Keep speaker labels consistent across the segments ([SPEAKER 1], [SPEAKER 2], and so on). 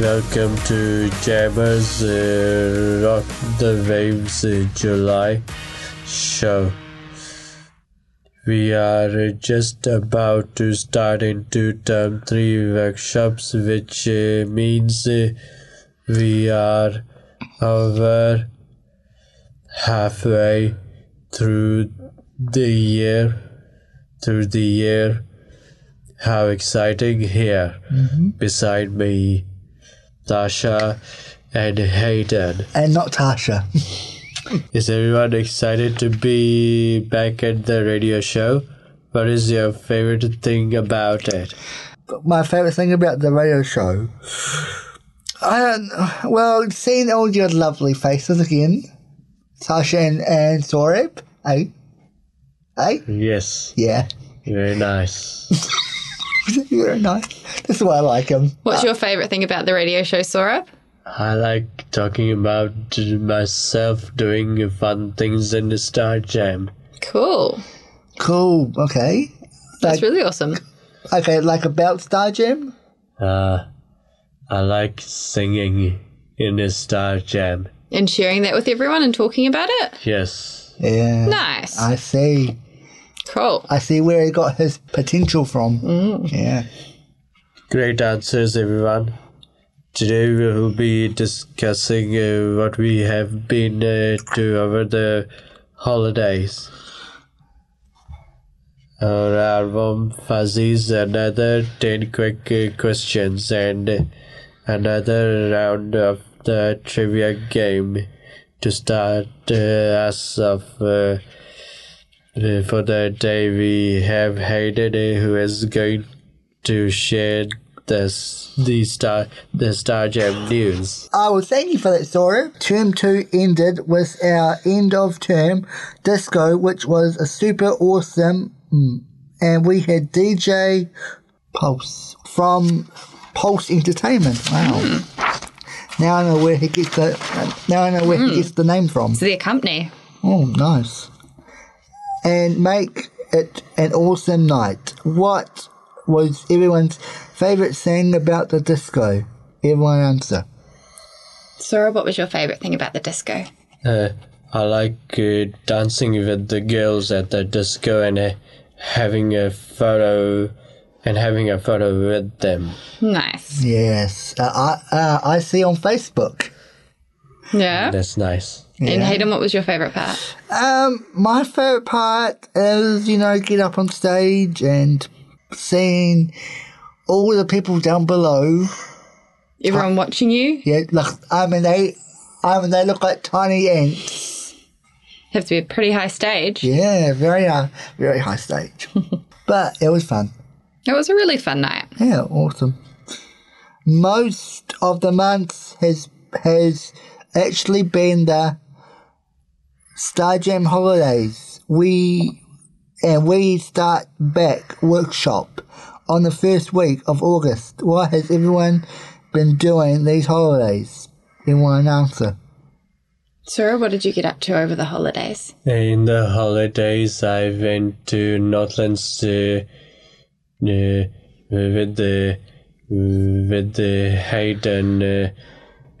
[SPEAKER 1] Welcome to Jabba's uh, Rock the Waves uh, July show. We are uh, just about to start into term 3 workshops, which uh, means uh, we are over halfway through the year. Through the year. How exciting here. Beside me Tasha and Hayden.
[SPEAKER 2] And not Tasha.
[SPEAKER 1] Is everyone excited to be back at the radio show? What is your favorite thing about it?
[SPEAKER 2] But my favourite thing about the radio show. I don't, well, seeing all your lovely faces again. Tasha and, and Soreb. Eh? Eh?
[SPEAKER 1] Yes,
[SPEAKER 2] Yeah.
[SPEAKER 1] very nice.
[SPEAKER 2] You're nice. That's why I like him.
[SPEAKER 3] What's your favourite thing about the radio show, Saurabh?
[SPEAKER 1] I like talking about myself doing fun things in the Star Jam.
[SPEAKER 3] Cool.
[SPEAKER 2] Cool. Okay.
[SPEAKER 3] That's really awesome.
[SPEAKER 2] Okay, like about Star Jam?
[SPEAKER 1] Uh, I like singing in the Star Jam.
[SPEAKER 3] And sharing that with everyone and talking about it?
[SPEAKER 1] Yes,
[SPEAKER 2] Yeah.
[SPEAKER 3] Nice.
[SPEAKER 2] I see.
[SPEAKER 3] Cool.
[SPEAKER 2] I see where he got his potential from. Yeah.
[SPEAKER 1] Great answers, everyone. Today we will be discussing uh, what we have been uh, to over the holidays. Our album Fuzzies, another 10 quick uh, questions, and another round of the trivia game to start uh, us off. Uh, uh, for the day we have Hayden uh, who is going to share the s- the star the Star Jam news.
[SPEAKER 2] I will thank you for that, Sora. Term 2 ended with our end of term disco, which was a super awesome. mm, And we had DJ Pulse from Pulse Entertainment. Wow. Now I know where he gets the now I know where he gets the name from.
[SPEAKER 3] So their company.
[SPEAKER 2] Oh, nice. And make it an awesome night. What was everyone's favorite thing about the disco? Everyone answer.
[SPEAKER 3] Saurabh, what was your favourite thing about the disco?
[SPEAKER 1] Uh, I like uh, dancing with the girls at the disco and uh, having a photo and having a photo with them.
[SPEAKER 3] Nice.
[SPEAKER 2] Yes, uh, I uh, I see on Facebook.
[SPEAKER 3] Yeah.
[SPEAKER 1] That's nice.
[SPEAKER 3] And Hayden, what was your favourite part?
[SPEAKER 2] Um, my favorite part is you know get up on stage and seeing all the people down below.
[SPEAKER 3] Everyone watching you?
[SPEAKER 2] Yeah, look, I mean they, I mean they look like tiny ants.
[SPEAKER 3] Have to be a pretty high stage.
[SPEAKER 2] Yeah, very high, very high stage. but it was fun.
[SPEAKER 3] It was a really fun night.
[SPEAKER 2] Yeah, awesome. Most of the month has has actually been the Star Jam holidays. We and we start back workshop on the first week of August. What has everyone been doing these holidays? Anyone answer?
[SPEAKER 3] Saurabh, what did you get up to over the holidays?
[SPEAKER 1] In the holidays, I went to Northlands uh, uh, with the with the Hayden uh,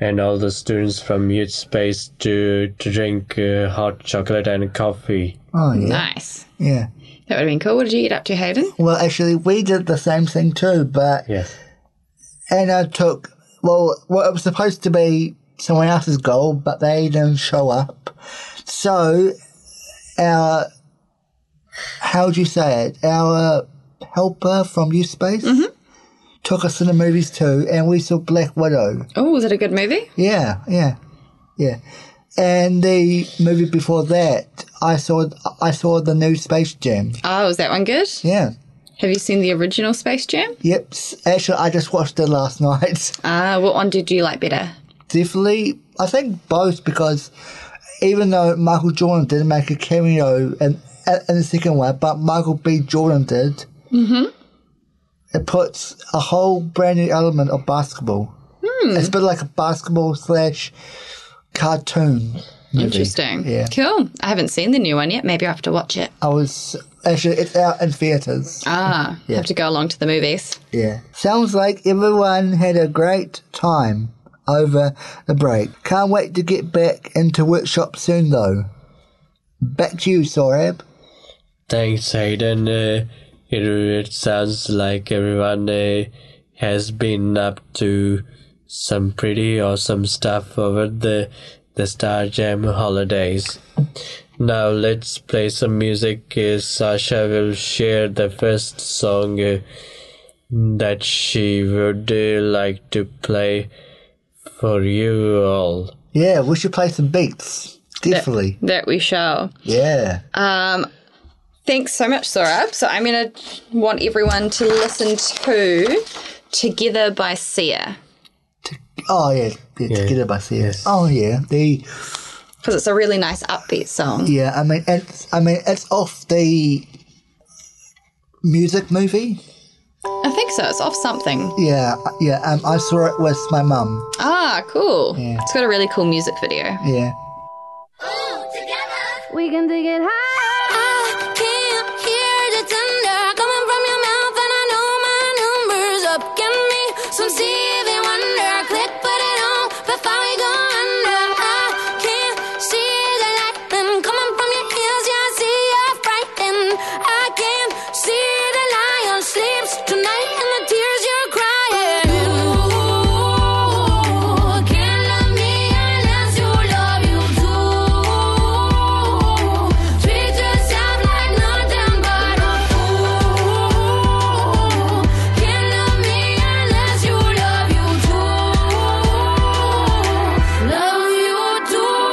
[SPEAKER 1] and all the students from Youth Space to drink uh, hot chocolate and coffee.
[SPEAKER 2] Oh yeah,
[SPEAKER 3] Nice.
[SPEAKER 2] yeah.
[SPEAKER 3] That would have been cool. What did you get up to, Hayden?
[SPEAKER 2] Well, actually, we did the same thing too, but
[SPEAKER 1] Yes,
[SPEAKER 2] Anna took well what was supposed to be someone else's goal, but they didn't show up. So our how would you say it? Our helper from U Space took us to the movies too, and we saw Black Widow.
[SPEAKER 3] Oh, was it a good movie?
[SPEAKER 2] Yeah, yeah, yeah. And the movie before that, I saw I saw the new Space Jam.
[SPEAKER 3] Oh, was that one good?
[SPEAKER 2] Yeah,
[SPEAKER 3] Have you seen the original Space Jam?
[SPEAKER 2] Yep. s- Actually, I just watched it last night.
[SPEAKER 3] Ah, what one did you like better?
[SPEAKER 2] Definitely, I think both because even though Michael Jordan didn't make a cameo in, in the second one, but Michael B. Jordan did, mm-hmm. it puts a whole brand new element of basketball. It's a bit like a basketball slash cartoon. movie.
[SPEAKER 3] Interesting.
[SPEAKER 2] Yeah. Oh,
[SPEAKER 3] Cool. I haven't seen the new one yet. Maybe I will have to watch it.
[SPEAKER 2] I was actually it's out in theaters.
[SPEAKER 3] Ah,
[SPEAKER 2] Yeah.
[SPEAKER 3] have to go along to the movies.
[SPEAKER 2] Yeah. Sounds like everyone had a great time over the break. Can't wait to get back into workshop soon, though. Back to you, Sorab.
[SPEAKER 1] Thanks, Hayden. Uh, it, it sounds like everyone uh, has been up to some pretty awesome stuff over the the Star Jam holidays. Now let's play some music. Uh, Sasha will share the first song uh, that she would uh, like to play for you all.
[SPEAKER 2] Yeah, we should play some beats. Definitely.
[SPEAKER 3] That we shall.
[SPEAKER 2] Yeah.
[SPEAKER 3] Thanks so much, Sorab. So I'm going to want everyone to listen to Together by Sia
[SPEAKER 2] Oh, yeah. yeah,
[SPEAKER 1] Yeah.
[SPEAKER 2] Together by CS.
[SPEAKER 1] Yes.
[SPEAKER 2] Oh, yeah. The
[SPEAKER 3] because it's a really nice upbeat song.
[SPEAKER 2] yeah. I mean, it's I mean, it's off the music movie.
[SPEAKER 3] I think so. It's off something.
[SPEAKER 2] Yeah, yeah. Um, I saw it with my mum.
[SPEAKER 3] Ah, cool. It's got a really cool music video.
[SPEAKER 2] Yeah.
[SPEAKER 4] We can dig it high.
[SPEAKER 5] I can hear the thunder coming from your mouth, and I know my number's up. Give me some Stevie Wonder. Click, put it on before we go under. I can see the lightning coming from your ears. Yeah, I see you're frightened. I can see the lion sleeps tonight, and the tears you're crying. Ooh, can't love me unless you love you too. Treat yourself like nothing but a fool. Can't love me unless you love you too. Love you too.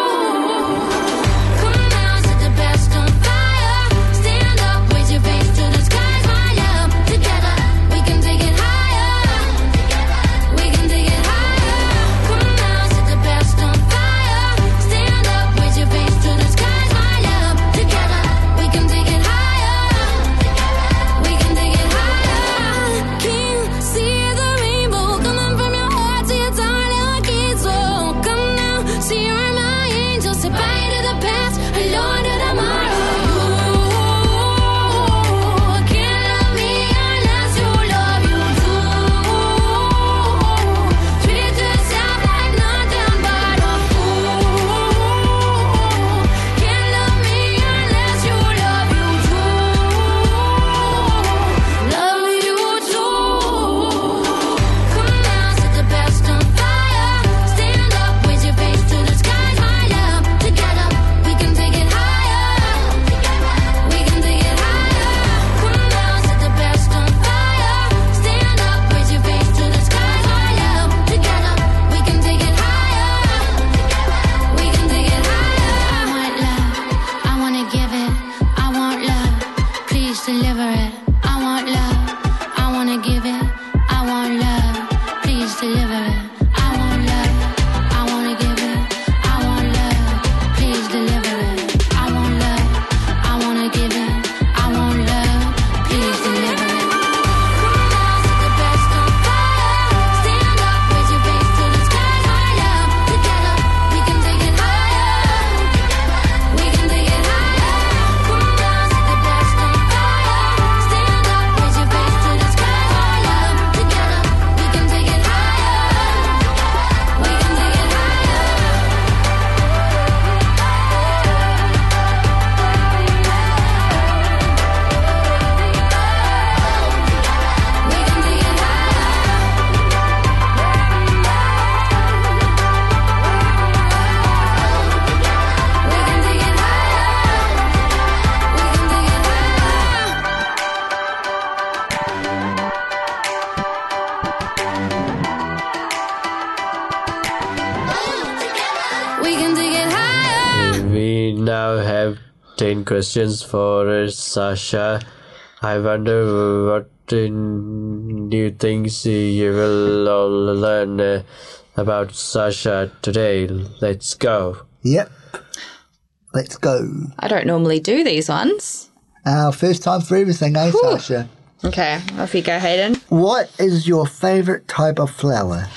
[SPEAKER 5] Come now, set the best on fire. Stand up, raise your face to the skies higher. Together, we can take it higher. Together, we can take it higher. Come now, set the best on fire. Stand up, raise your face to the skies higher. Together, we can take it higher. We can take it higher. I can see the rainbow coming from your heart to your tiny kids. Oh, come now, see you're my angel. Say bye to the past, hello to tomorrow. Can't love me unless you love you too. Treat yourself like nothing but a fool. Can't love me unless you love you too. Love you too. Come now, set the best on fire. Stand up, raise your face to the skies higher. Together, we can take it higher. Together, we can take it higher. Come now, set the best on fire. Stand up, raise your face to the skies higher. Together, we can take it higher. Together, we can take it higher. I want love, I wanna give it. I want love, please deliver it. I want love, I wanna give it. I want love, please deliver it. I want love, I wanna give it. I want love, please deliver it. I want love, I wanna give it. I want love, please deliver it. Come now, set the best on fire. Stand up, raise your face to the skies higher. Together, we can take it higher. We can take it higher. Come now, set the best on fire. Stand up, raise your face to the skies higher. Together, we can take it higher. We can take it higher. We can take it higher. We can take it higher. We can take it higher. We can take it higher.
[SPEAKER 1] We now have 10 questions for uh, Sasha I wonder what uh, new things you will all learn uh, about Sasha today. Let's go.
[SPEAKER 2] Yep. Let's go.
[SPEAKER 3] I don't normally do these ones.
[SPEAKER 2] Our first time for everything, eh, Sasha?
[SPEAKER 3] Okay, off you go, Hayden.
[SPEAKER 2] What is your favourite type of flower?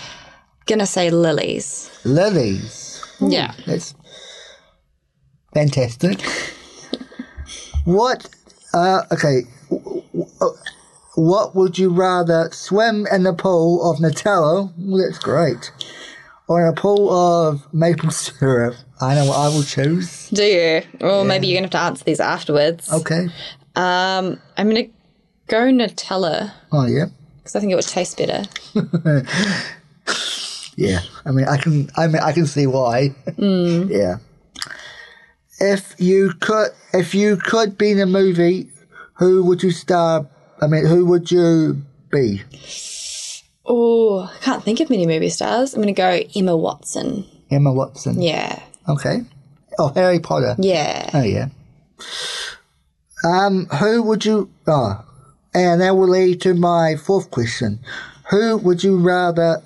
[SPEAKER 3] Gonna say lilies.
[SPEAKER 2] Lilies.
[SPEAKER 3] Yeah.
[SPEAKER 2] That's fantastic. what? Uh, okay. w- w- uh, What would you rather swim in a pool of Nutella? Well, that's great. Or in a pool of maple syrup? I know what I will choose.
[SPEAKER 3] Do you? Or maybe you're gonna have to answer these afterwards.
[SPEAKER 2] Okay.
[SPEAKER 3] Um, I'm gonna go Nutella
[SPEAKER 2] Oh yeah.
[SPEAKER 3] because I think it would taste better.
[SPEAKER 2] Yeah, I mean, I can, I mean, I can see why.
[SPEAKER 3] Mm.
[SPEAKER 2] yeah. If you could, if you could be in a movie, who would you star? I mean, who would you be?
[SPEAKER 3] Oh, I can't think of many movie stars. I'm gonna go Emma Watson.
[SPEAKER 2] Emma Watson.
[SPEAKER 3] Yeah.
[SPEAKER 2] Okay. Oh, Harry Potter.
[SPEAKER 3] Yeah.
[SPEAKER 2] Oh yeah. Um, who would you? Oh, and that will lead to my fourth question: Who would you rather?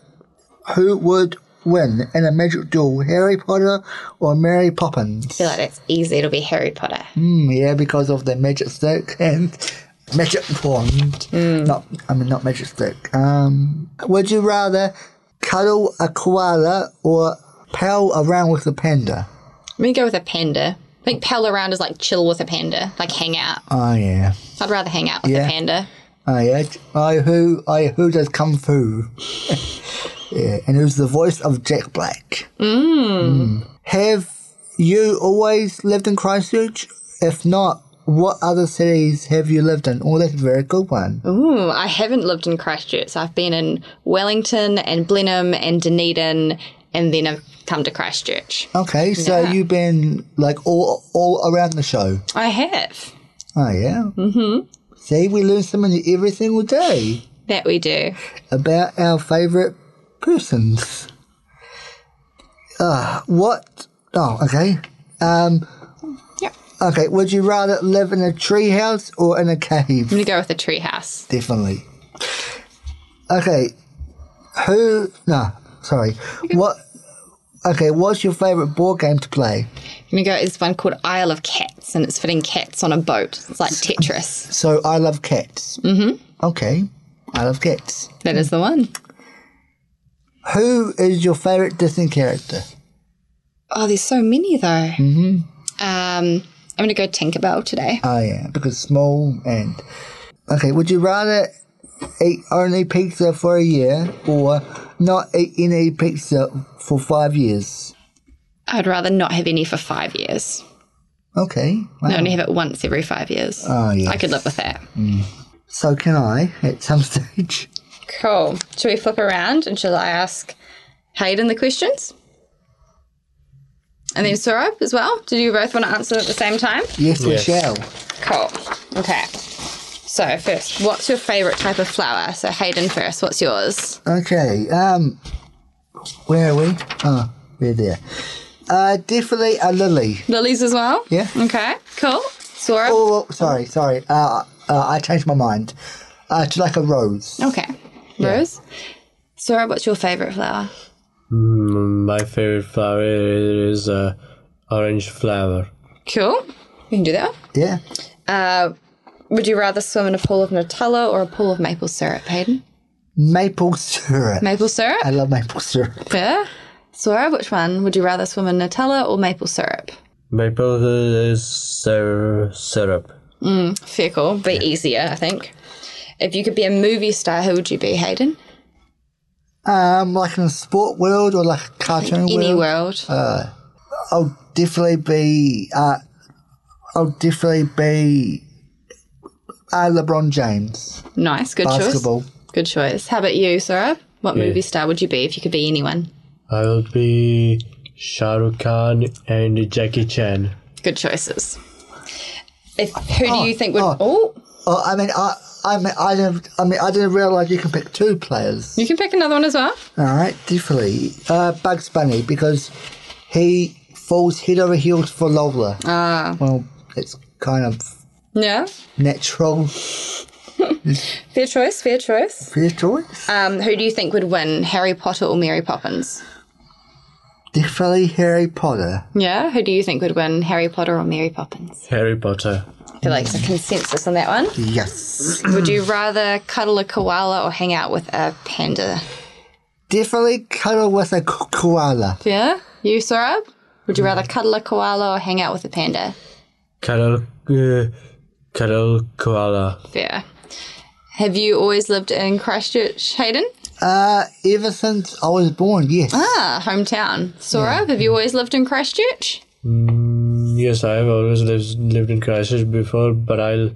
[SPEAKER 2] Who would win in a magic duel, Harry Potter or Mary Poppins?
[SPEAKER 3] I feel like that's easy. It'll be Harry Potter.
[SPEAKER 2] Mm, yeah, because of the magic stick and magic wand. Not, I mean, not magic stick. Um, would you rather cuddle a koala or pal around with a panda?
[SPEAKER 3] I'm gonna go with a panda. I think pal around is like chill with a panda, like hang out.
[SPEAKER 2] Oh yeah.
[SPEAKER 3] I'd rather hang out with
[SPEAKER 2] Yeah.
[SPEAKER 3] a panda.
[SPEAKER 2] Oh yeah. I who I who does kung fu. yeah, and it was the voice of Jack Black. Mm. Have you always lived in Christchurch? If not, what other cities have you lived in? Oh, that's a very good one.
[SPEAKER 3] Ooh, Hmm, I haven't lived in Christchurch. So I've been in Wellington and Blenheim and Dunedin, and then I've come to Christchurch.
[SPEAKER 2] Okay, so
[SPEAKER 3] Yeah.
[SPEAKER 2] you've been like all all around the show.
[SPEAKER 3] I have.
[SPEAKER 2] Oh yeah. Mm-hmm. See, we learn something every single day
[SPEAKER 3] That we do.
[SPEAKER 2] about our favourite persons. Uh, what? Oh, okay. Um,
[SPEAKER 3] Yeah.
[SPEAKER 2] okay. Would you rather live in a treehouse or in a cave?
[SPEAKER 3] I'm gonna go with a treehouse.
[SPEAKER 2] Definitely. Okay. Who? No, sorry. What? Okay. What's your favourite board game to play?
[SPEAKER 3] I'm gonna go. It's one called Isle of Cats, and it's fitting cats on a boat. It's like Tetris.
[SPEAKER 2] So I love cats. Mm-hmm. Okay, I love cats.
[SPEAKER 3] That is the one.
[SPEAKER 2] Who is your favourite Disney character?
[SPEAKER 3] Oh, there's so many though. Mm-hmm. Um, I'm gonna go Tinkerbell today.
[SPEAKER 2] Oh yeah, because small and okay. Would you rather eat only pizza for a year or not eat any pizza for five years?
[SPEAKER 3] I'd rather not have any for five years.
[SPEAKER 2] Okay.
[SPEAKER 3] I only have it once every five years.
[SPEAKER 2] Oh, yes.
[SPEAKER 3] I could live with that.
[SPEAKER 2] So can I at some stage?
[SPEAKER 3] Cool. Should we flip around and shall I ask Hayden the questions? And then Surab as well. Did you both want to answer at the same time?
[SPEAKER 2] Yes, we
[SPEAKER 1] Yes.
[SPEAKER 2] shall.
[SPEAKER 3] Cool. Okay. So first, what's your favourite type of flower? So Hayden first. What's yours?
[SPEAKER 2] Okay. Um, where are we? Oh, we're there. Uh, definitely a lily.
[SPEAKER 3] Lilies as well.
[SPEAKER 2] Yeah.
[SPEAKER 3] Okay. Cool. Surab.
[SPEAKER 2] Oh, oh, sorry, sorry. Uh, uh, I changed my mind. Uh, to like a rose.
[SPEAKER 3] Okay. Rose. Surab, what's your favourite flower?
[SPEAKER 1] Mm, My favorite flower is uh, orange flower.
[SPEAKER 3] Cool. We can do that.
[SPEAKER 2] Yeah.
[SPEAKER 3] Would you rather swim in a pool of Nutella or a pool of maple syrup, Hayden?
[SPEAKER 2] Maple syrup.
[SPEAKER 3] Maple syrup.
[SPEAKER 2] I love maple syrup.
[SPEAKER 3] Fair. Sora, which one would you rather swim in Nutella or maple syrup?
[SPEAKER 1] Maple is syr- syrup.
[SPEAKER 3] Fair call. Be easier, I think. If you could be a movie star, who would you be, Hayden?
[SPEAKER 2] Um, like in a sport world or like a cartoon
[SPEAKER 3] Any
[SPEAKER 2] world.
[SPEAKER 3] world.
[SPEAKER 2] I'll definitely be. Uh, I'll definitely be. Uh, LeBron James.
[SPEAKER 3] nice. Good
[SPEAKER 2] Basketball.
[SPEAKER 3] choice. Good choice. How about you, Sora? What movie star would you be if you could be anyone?
[SPEAKER 1] I will be Shah Rukh Khan and Jackie Chan.
[SPEAKER 3] Good choices. If who do you think would?
[SPEAKER 2] oh.
[SPEAKER 3] Oh,
[SPEAKER 2] Oh, I mean, I. I mean, I didn't. I mean, I didn't realize you can pick two players.
[SPEAKER 3] you can pick another one as well.
[SPEAKER 2] All right, definitely. Uh, Bugs Bunny because he falls head over heels for Lola. Ah. Well, it's kind of
[SPEAKER 3] Yeah.
[SPEAKER 2] Natural
[SPEAKER 3] Fair choice, fair choice.
[SPEAKER 2] fair choice.
[SPEAKER 3] Um, who do you think would win, Harry Potter or Mary Poppins?
[SPEAKER 2] Definitely Harry Potter.
[SPEAKER 3] Yeah. Who do you think would win, Harry Potter or Mary Poppins?
[SPEAKER 1] Harry Potter.
[SPEAKER 3] I feel like it's a consensus on that one.
[SPEAKER 2] Yes.
[SPEAKER 3] Would you rather cuddle a koala or hang out with a panda?
[SPEAKER 2] Definitely cuddle with a ko- koala.
[SPEAKER 3] Yeah. You, Sorab? Would you rather cuddle a koala or hang out with a panda?
[SPEAKER 1] Cuddle, uh, cuddle koala.
[SPEAKER 3] Fair. Have you always lived in Christchurch, Hayden?
[SPEAKER 2] Uh, ever since I was born, yes.
[SPEAKER 3] Ah, hometown. Sorab, have you always lived in Christchurch?
[SPEAKER 1] Yes, I have always lived, lived in Christchurch before, but I,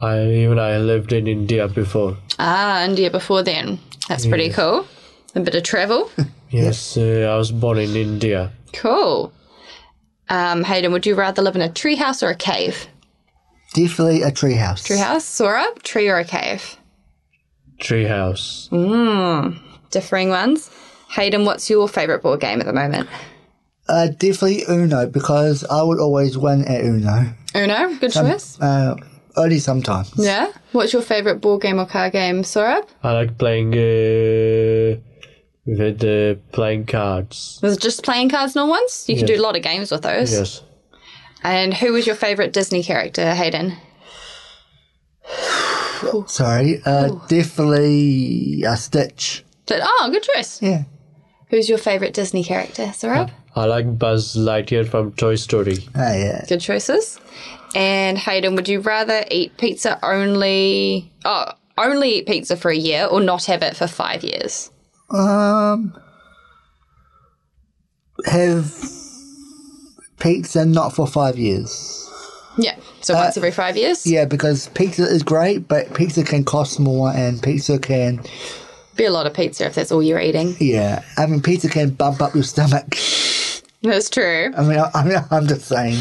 [SPEAKER 1] I even I lived in India before.
[SPEAKER 3] Ah, India before then. That's pretty cool. A bit of travel.
[SPEAKER 1] Yes, uh, I was born in India.
[SPEAKER 3] cool. Um, Hayden, would you rather live in a treehouse or a cave?
[SPEAKER 2] Definitely a treehouse.
[SPEAKER 3] Treehouse, Sorab, tree or a cave?
[SPEAKER 1] Treehouse.
[SPEAKER 3] Differing ones. Hayden, what's your favourite board game at the moment?
[SPEAKER 2] Uh, definitely Uno because I would always win at Uno.
[SPEAKER 3] Uno, good choice.
[SPEAKER 2] Uh, only sometimes.
[SPEAKER 3] yeah. What's your favourite board game or card game, Sorab?
[SPEAKER 1] I like playing uh, with uh, playing cards.
[SPEAKER 3] Was it just playing cards, no ones? You can
[SPEAKER 1] Yeah.
[SPEAKER 3] do a lot of games with those.
[SPEAKER 1] Yes.
[SPEAKER 3] And who was your favourite Disney character, Hayden?
[SPEAKER 2] Sorry. Uh, definitely a Stitch.
[SPEAKER 3] But, oh, good choice.
[SPEAKER 2] Yeah.
[SPEAKER 3] Who's your favourite Disney character, Sorab?
[SPEAKER 1] I like Buzz Lightyear from Toy Story.
[SPEAKER 2] Oh, yeah.
[SPEAKER 3] Good choices. And Hayden, would you rather eat pizza only? Oh, only eat pizza for a year or not have it for five years?
[SPEAKER 2] Um, have pizza not for five years.
[SPEAKER 3] Yeah, so once every five years.
[SPEAKER 2] Uh, Yeah, because pizza is great, but pizza can cost more, and pizza can
[SPEAKER 3] Be a lot of pizza if that's all you're eating.
[SPEAKER 2] yeah. I mean, pizza can bump up your stomach.
[SPEAKER 3] That's true.
[SPEAKER 2] I mean, I, I mean, I'm just saying.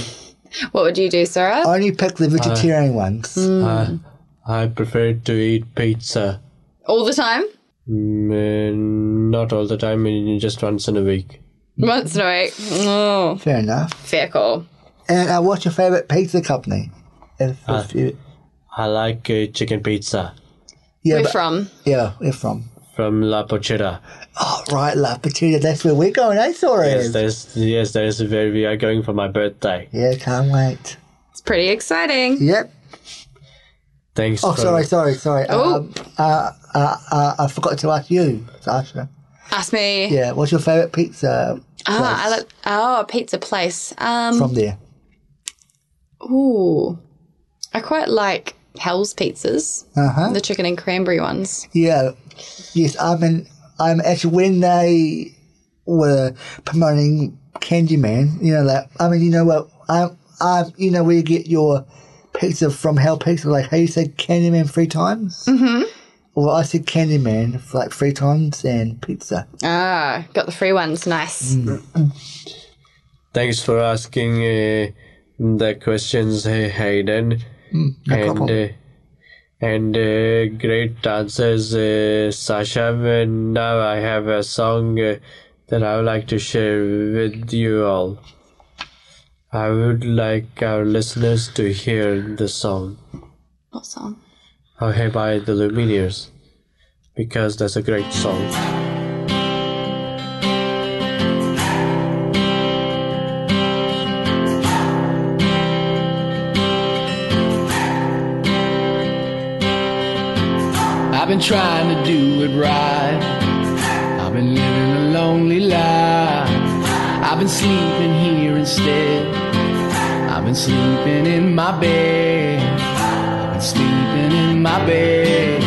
[SPEAKER 3] What would you do, Sarah?
[SPEAKER 2] Only pick the vegetarian ones.
[SPEAKER 1] Uh, I prefer to eat pizza.
[SPEAKER 3] All the time,
[SPEAKER 1] Mm, uh, not all the time, uh, just once in a week.
[SPEAKER 3] once in a week. Oh,
[SPEAKER 2] Fair enough.
[SPEAKER 3] fair call.
[SPEAKER 2] And uh, what's your favorite pizza company? If, if you,
[SPEAKER 1] I like uh, chicken pizza
[SPEAKER 2] yeah,
[SPEAKER 3] Where
[SPEAKER 2] but-
[SPEAKER 3] from?
[SPEAKER 2] yeah, we're from.
[SPEAKER 1] from La Pochera.
[SPEAKER 2] Oh, right, La Petunia. That's where we're going. eh, sorry.
[SPEAKER 1] Yes, there's yes, there's where we are going for my birthday.
[SPEAKER 2] yeah, can't wait.
[SPEAKER 3] It's pretty exciting.
[SPEAKER 2] Yep.
[SPEAKER 1] Thanks.
[SPEAKER 2] Oh,
[SPEAKER 1] for-
[SPEAKER 2] sorry, sorry, sorry.
[SPEAKER 3] Oh.
[SPEAKER 2] Um, uh, uh, uh, I forgot to ask you, Sasha.
[SPEAKER 3] Ask me.
[SPEAKER 2] Yeah, what's your favourite pizza
[SPEAKER 3] ah, I
[SPEAKER 2] place
[SPEAKER 3] like. Oh, a pizza place. Um.
[SPEAKER 2] from there?
[SPEAKER 3] Ooh, I quite like Hell's pizzas,
[SPEAKER 2] Uh huh.
[SPEAKER 3] the chicken and cranberry ones.
[SPEAKER 2] Yeah. Yes, I'm in. I'm actually when they were promoting Candyman. You know, like I mean, you know what? I, I, you know, where you get your pizza from Hell Pizza. Like, how you said Candyman three times. Mm-hmm. Well, I said Candyman for like three times and pizza.
[SPEAKER 3] Ah, got the free ones. Nice.
[SPEAKER 1] Thanks for asking uh, the questions, hey, Hayden. and
[SPEAKER 2] Hmm, problem.
[SPEAKER 1] uh, and uh, great answers, uh, Sasha. And now I have a song uh, that I would like to share with you all. I would like our listeners to hear the song
[SPEAKER 3] What song?
[SPEAKER 1] "Oh Hey by the Lumineers because that's a great song.
[SPEAKER 6] I've been trying to do it right. I've been living a lonely life. I've been sleeping here instead. I've been sleeping in my bed. I've been sleeping in my bed.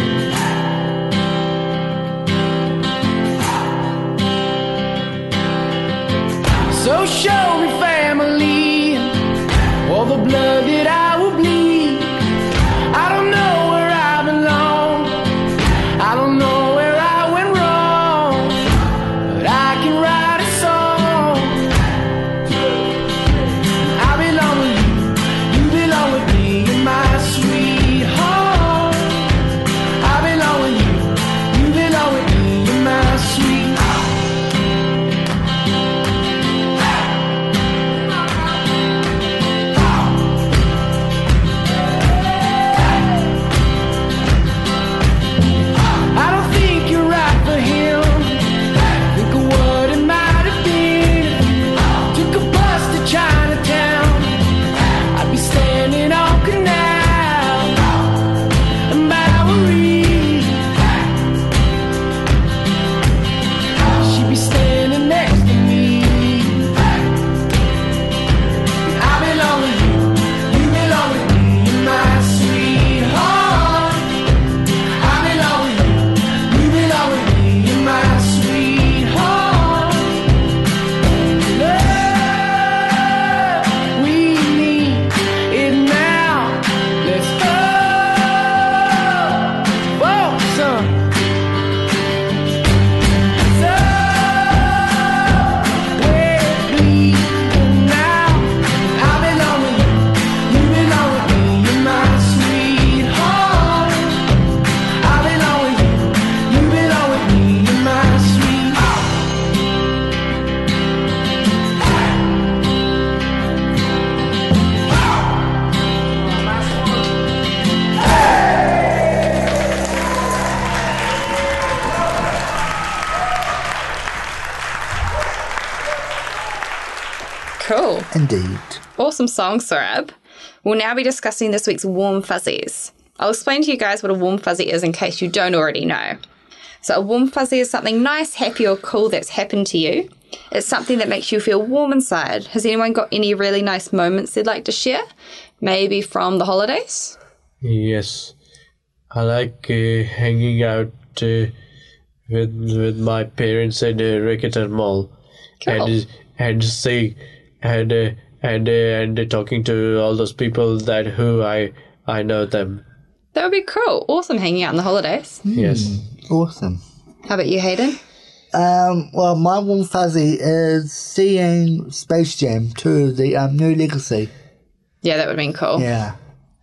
[SPEAKER 6] So show me family, all the blood that I will bleed. I don't know where I belong. I don't know where I went wrong, but I can write a song. I belong with you, you belong with me in my sweet home.
[SPEAKER 3] Cool.
[SPEAKER 2] Indeed.
[SPEAKER 3] Awesome song, Sorab. We'll now be discussing this week's warm fuzzies. I'll explain to you guys what a warm fuzzy is in case you don't already know. So, a warm fuzzy is something nice, happy, or cool that's happened to you. It's something that makes you feel warm inside. Has anyone got any really nice moments they'd like to share? Maybe from the holidays?
[SPEAKER 1] Yes, I like uh, hanging out uh, with with my parents at the Ricketon Mall,
[SPEAKER 3] Cool.
[SPEAKER 1] and and seeing and uh, and uh, and talking to all those people that who I I know them.
[SPEAKER 3] That would be cool. Awesome hanging out on the holidays.
[SPEAKER 1] Yes,
[SPEAKER 2] Awesome.
[SPEAKER 3] How about you, Hayden?
[SPEAKER 2] Um, well, my warm fuzzy is seeing Space Jam 2, the um, new legacy.
[SPEAKER 3] Yeah, that would have been cool.
[SPEAKER 2] Yeah.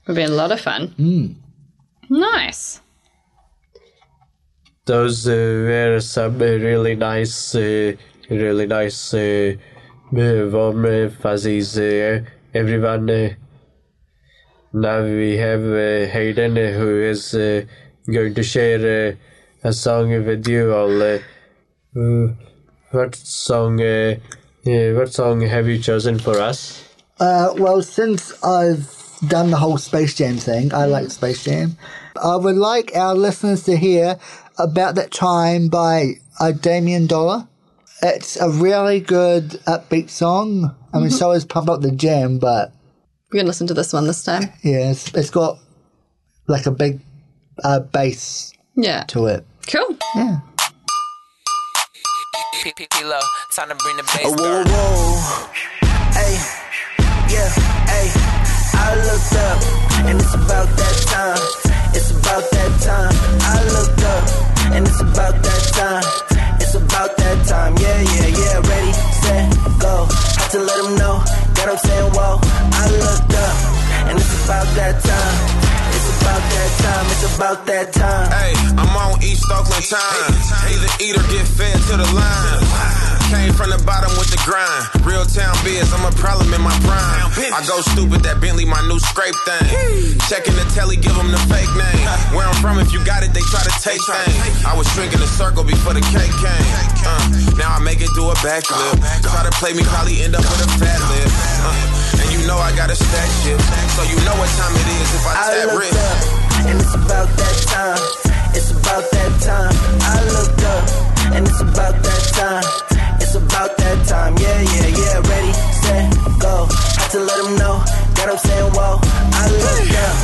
[SPEAKER 3] Would have been a lot of fun. Nice.
[SPEAKER 1] those uh, were some uh, really nice, uh, really nice uh, uh, warm uh, fuzzies. Uh, everyone. Uh, now we have uh, Hayden uh, who is uh, going to share uh, a song with you all. Uh, uh, what song? Uh, uh, what song have you chosen for us?
[SPEAKER 2] Uh, well, since I've done the whole Space Jam thing, I like Space Jam. I would like our listeners to hear About That Time by uh, Damien Dollar. It's a really good upbeat song. I mean, so is Pump Up the Jam, but
[SPEAKER 3] We're going to listen to this one this time.
[SPEAKER 2] yeah, it's, it's got like a big uh, bass
[SPEAKER 3] Yeah.
[SPEAKER 2] to it.
[SPEAKER 3] Cool.
[SPEAKER 2] Yeah.
[SPEAKER 7] P- P- P-Lo, time to bring the bass
[SPEAKER 8] Whoa,
[SPEAKER 7] down.
[SPEAKER 8] whoa. Hey, yeah, hey. I looked up, and it's about that time. It's about that time. I looked up, and it's about that time. It's about that time. Yeah, yeah, yeah. Ready, set, go. Had to let 'em know that I'm saying, whoa. I looked up, and it's about that time. It's about that time. It's about that time.
[SPEAKER 9] Hey, I'm on East Oakland time. Either eat or get fed to the line. Came from the bottom with the grind. Real town biz, I'm a problem in my prime. I go stupid, that Bentley, my new scrape thing. Checking the telly, give them the fake name. Where I'm from, if you got it, they try to take things. I was shrinking the circle before the cake came. Uh, now I make it do a backflip. Try to play me, probably end up with a fat lip. Uh, and you know I gotta stack shit. So you know what time it is if I
[SPEAKER 8] I
[SPEAKER 9] tap
[SPEAKER 8] looked
[SPEAKER 9] risk.
[SPEAKER 8] up, and it's about that time. It's about that time. I looked up, and it's about that time. It's about that time. Yeah, yeah, yeah. Ready, set, go. Had to let 'em know that I'm saying, whoa. I looked up,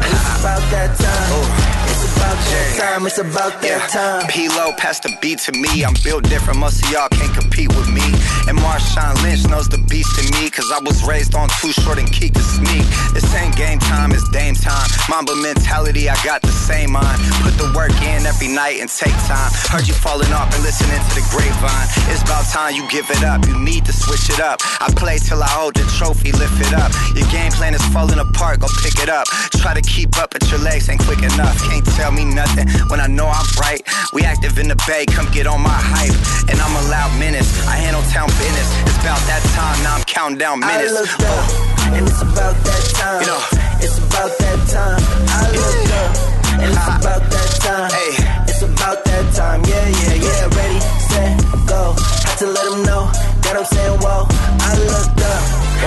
[SPEAKER 8] and it's about that time. It's about that time. It's about that time.
[SPEAKER 7] P-Lo, pass the beat to me. I'm built different, most of y'all can't compete with me. And Marshawn Lynch knows the beast in me, cause I was raised on too short and keep to sneak. This ain't game time, it's dame time. Mamba mentality, I got the same mind. Put the work in every night and take time. Heard you falling off and listening to the grapevine. It's about time you give it up, you need to switch it up. I play till I hold the trophy, lift it up. Your game plan is falling apart, go pick it up. Try to keep up, but your legs ain't quick enough. Can't tell me nothing when I know I'm right. We active in the bay, come get on my hype. And I'm a loud menace, I handle town business. It's about that time, now I'm counting down
[SPEAKER 8] I
[SPEAKER 7] minutes. Oh.
[SPEAKER 8] looked up, and it's about that time.
[SPEAKER 7] You know.
[SPEAKER 8] It's about that time. I looked up, and it's about that time.
[SPEAKER 7] Hey.
[SPEAKER 8] It's about that time. Yeah, yeah, yeah. Ready, set, go. Had to let 'em know that I'm saying, whoa. I looked up,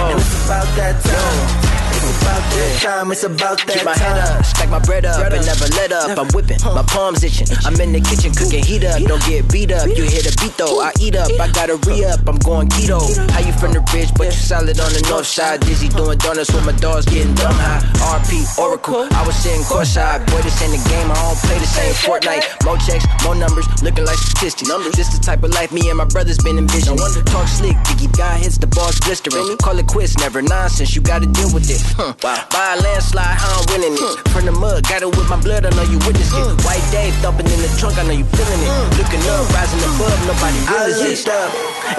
[SPEAKER 8] and it's about that time. It's about that time. It's about that
[SPEAKER 10] Keep my head
[SPEAKER 8] time.
[SPEAKER 10] up, stack my bread up, and never let up. I'm whipping, my palms itching. I'm in the kitchen cooking heat up. Don't get beat up. You hear the beat though, I eat up. I gotta re up, I'm going keto. How you from the ridge, but you solid on the north side. Dizzy doing donuts with my dogs getting dumb high. RP Oracle, I was sitting courtside. Boy, this ain't a game, I don't play the same Fortnite. More checks, more numbers, looking like statistics. This the type of life me and my brothers been envisioning. Talk slick, Biggie guy hits the ball's blistering. Call it quits, never nonsense. You gotta deal with it. Huh. By a landslide, I'm winning it. From the mud, got it with my blood. I know you witnessed it. White day thumping in the trunk. I know you feeling it. Looking up, rising above, nobody
[SPEAKER 8] I
[SPEAKER 10] realizes.
[SPEAKER 8] looked up,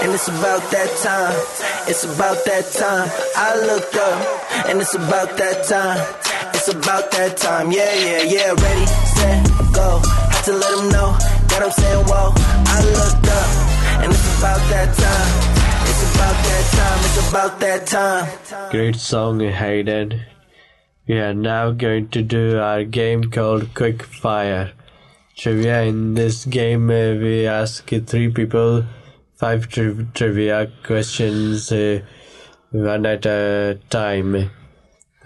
[SPEAKER 8] and it's about that time. It's about that time. I looked up, and it's about that time. It's about that time. Yeah, yeah, yeah. Ready, set, go. Had to let 'em know that I'm saying, whoa. I looked up, and it's about that time. It's about that time. It's about that time.
[SPEAKER 1] Great song, Hayden. We are now going to do our game called Quick Fire. Trivia. In this game, uh, we ask three people five tri- trivia questions uh, one at a time.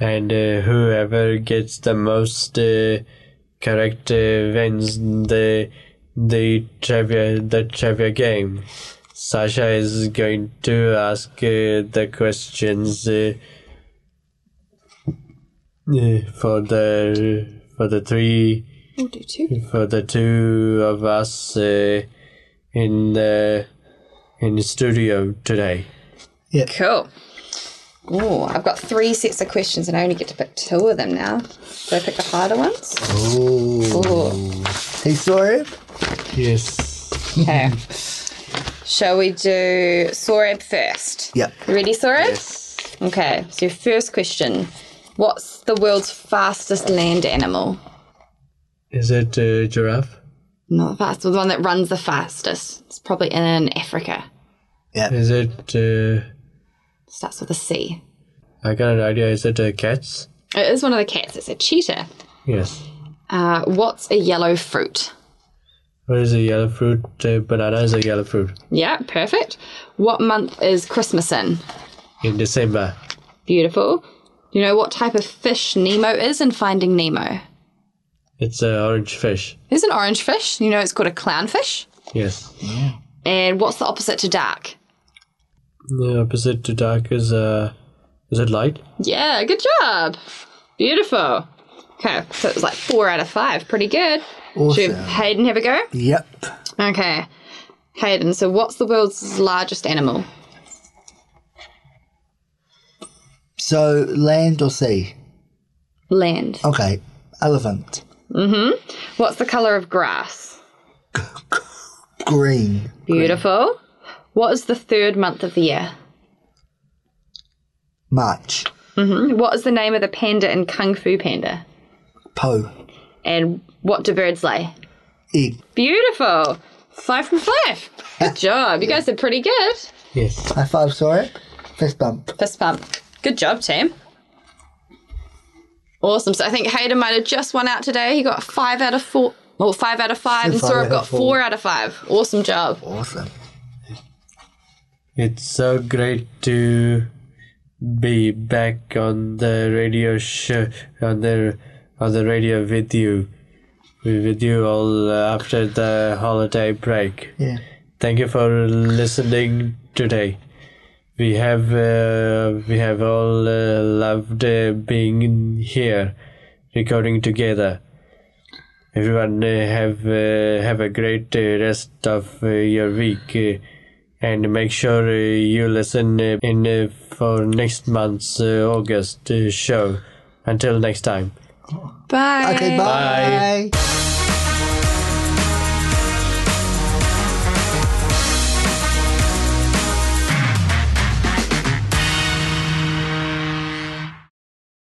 [SPEAKER 1] And uh, whoever gets the most uh, correct uh, wins the the trivia the trivia game. Sasha is going to ask uh, the questions uh, uh, for the for the three
[SPEAKER 3] We'll do two.
[SPEAKER 1] for the two of us uh, in the in the studio today.
[SPEAKER 3] Cool. Ooh, I've got three sets of questions and I only get to pick two of them now. Should I pick the harder ones? Ooh.
[SPEAKER 2] He saw it.
[SPEAKER 1] Yes.
[SPEAKER 3] Okay. Shall we do Sorab first?
[SPEAKER 2] Yep.
[SPEAKER 3] You ready, Sorab? Okay, so your first question. What's the world's fastest land animal?
[SPEAKER 1] Is it uh, giraffe?
[SPEAKER 3] Not fast, the one that runs the fastest. It's probably in Africa.
[SPEAKER 1] Is it? Uh,
[SPEAKER 3] Starts with a C.
[SPEAKER 1] I got an idea. Is it uh, cats?
[SPEAKER 3] It is one of the cats. It's a cheetah.
[SPEAKER 1] Yes.
[SPEAKER 3] Uh, what's a yellow fruit?
[SPEAKER 1] What is a yellow fruit? Uh, banana is a yellow fruit
[SPEAKER 3] Yeah, perfect. What month is Christmas in?
[SPEAKER 1] in December.
[SPEAKER 3] Beautiful. You know what type of fish Nemo is in Finding Nemo?
[SPEAKER 1] It's an orange fish.
[SPEAKER 3] There's an orange fish. You know it's called a clownfish.
[SPEAKER 1] Yes.
[SPEAKER 3] And what's the opposite to dark?
[SPEAKER 1] The opposite to dark is uh, is it light?
[SPEAKER 3] Yeah, good job. Beautiful. Okay, so it was like four out of five. Pretty good. Should
[SPEAKER 2] Awesome.
[SPEAKER 3] Hayden have a go?
[SPEAKER 2] Yep.
[SPEAKER 3] Okay. Hayden, so what's the world's largest animal?
[SPEAKER 2] So land or sea?
[SPEAKER 3] Land.
[SPEAKER 2] Okay. Elephant.
[SPEAKER 3] What's the colour of grass?
[SPEAKER 2] Green.
[SPEAKER 3] Beautiful. What is the third month of the year?
[SPEAKER 2] March.
[SPEAKER 3] What is the name of the panda in Kung Fu Panda?
[SPEAKER 2] Po.
[SPEAKER 3] And what do birds lay?
[SPEAKER 2] Egg.
[SPEAKER 3] Beautiful. Five from five. Good job. You guys did pretty good.
[SPEAKER 1] Yes.
[SPEAKER 2] High five, saw it. Fist bump.
[SPEAKER 3] Fist pump. Good job, team. Awesome. So I think Hayden might have just won out today. He got five out of four. Well, five out of five, and
[SPEAKER 2] Five
[SPEAKER 3] Sorab
[SPEAKER 2] out
[SPEAKER 3] got
[SPEAKER 2] of four.
[SPEAKER 3] four out of five. Awesome job.
[SPEAKER 2] Awesome.
[SPEAKER 1] It's so great to be back on the radio show on the on the radio with you with you all uh, after the holiday break.
[SPEAKER 2] Yeah.
[SPEAKER 1] Thank you for listening today. We have uh, we have all uh, loved uh, being here, recording together. Everyone uh, have uh, have a great uh, rest of uh, your week, uh, and make sure uh, you listen uh, in uh, for next month's uh, August uh, show. Until next time.
[SPEAKER 3] Bye.
[SPEAKER 2] Okay, bye.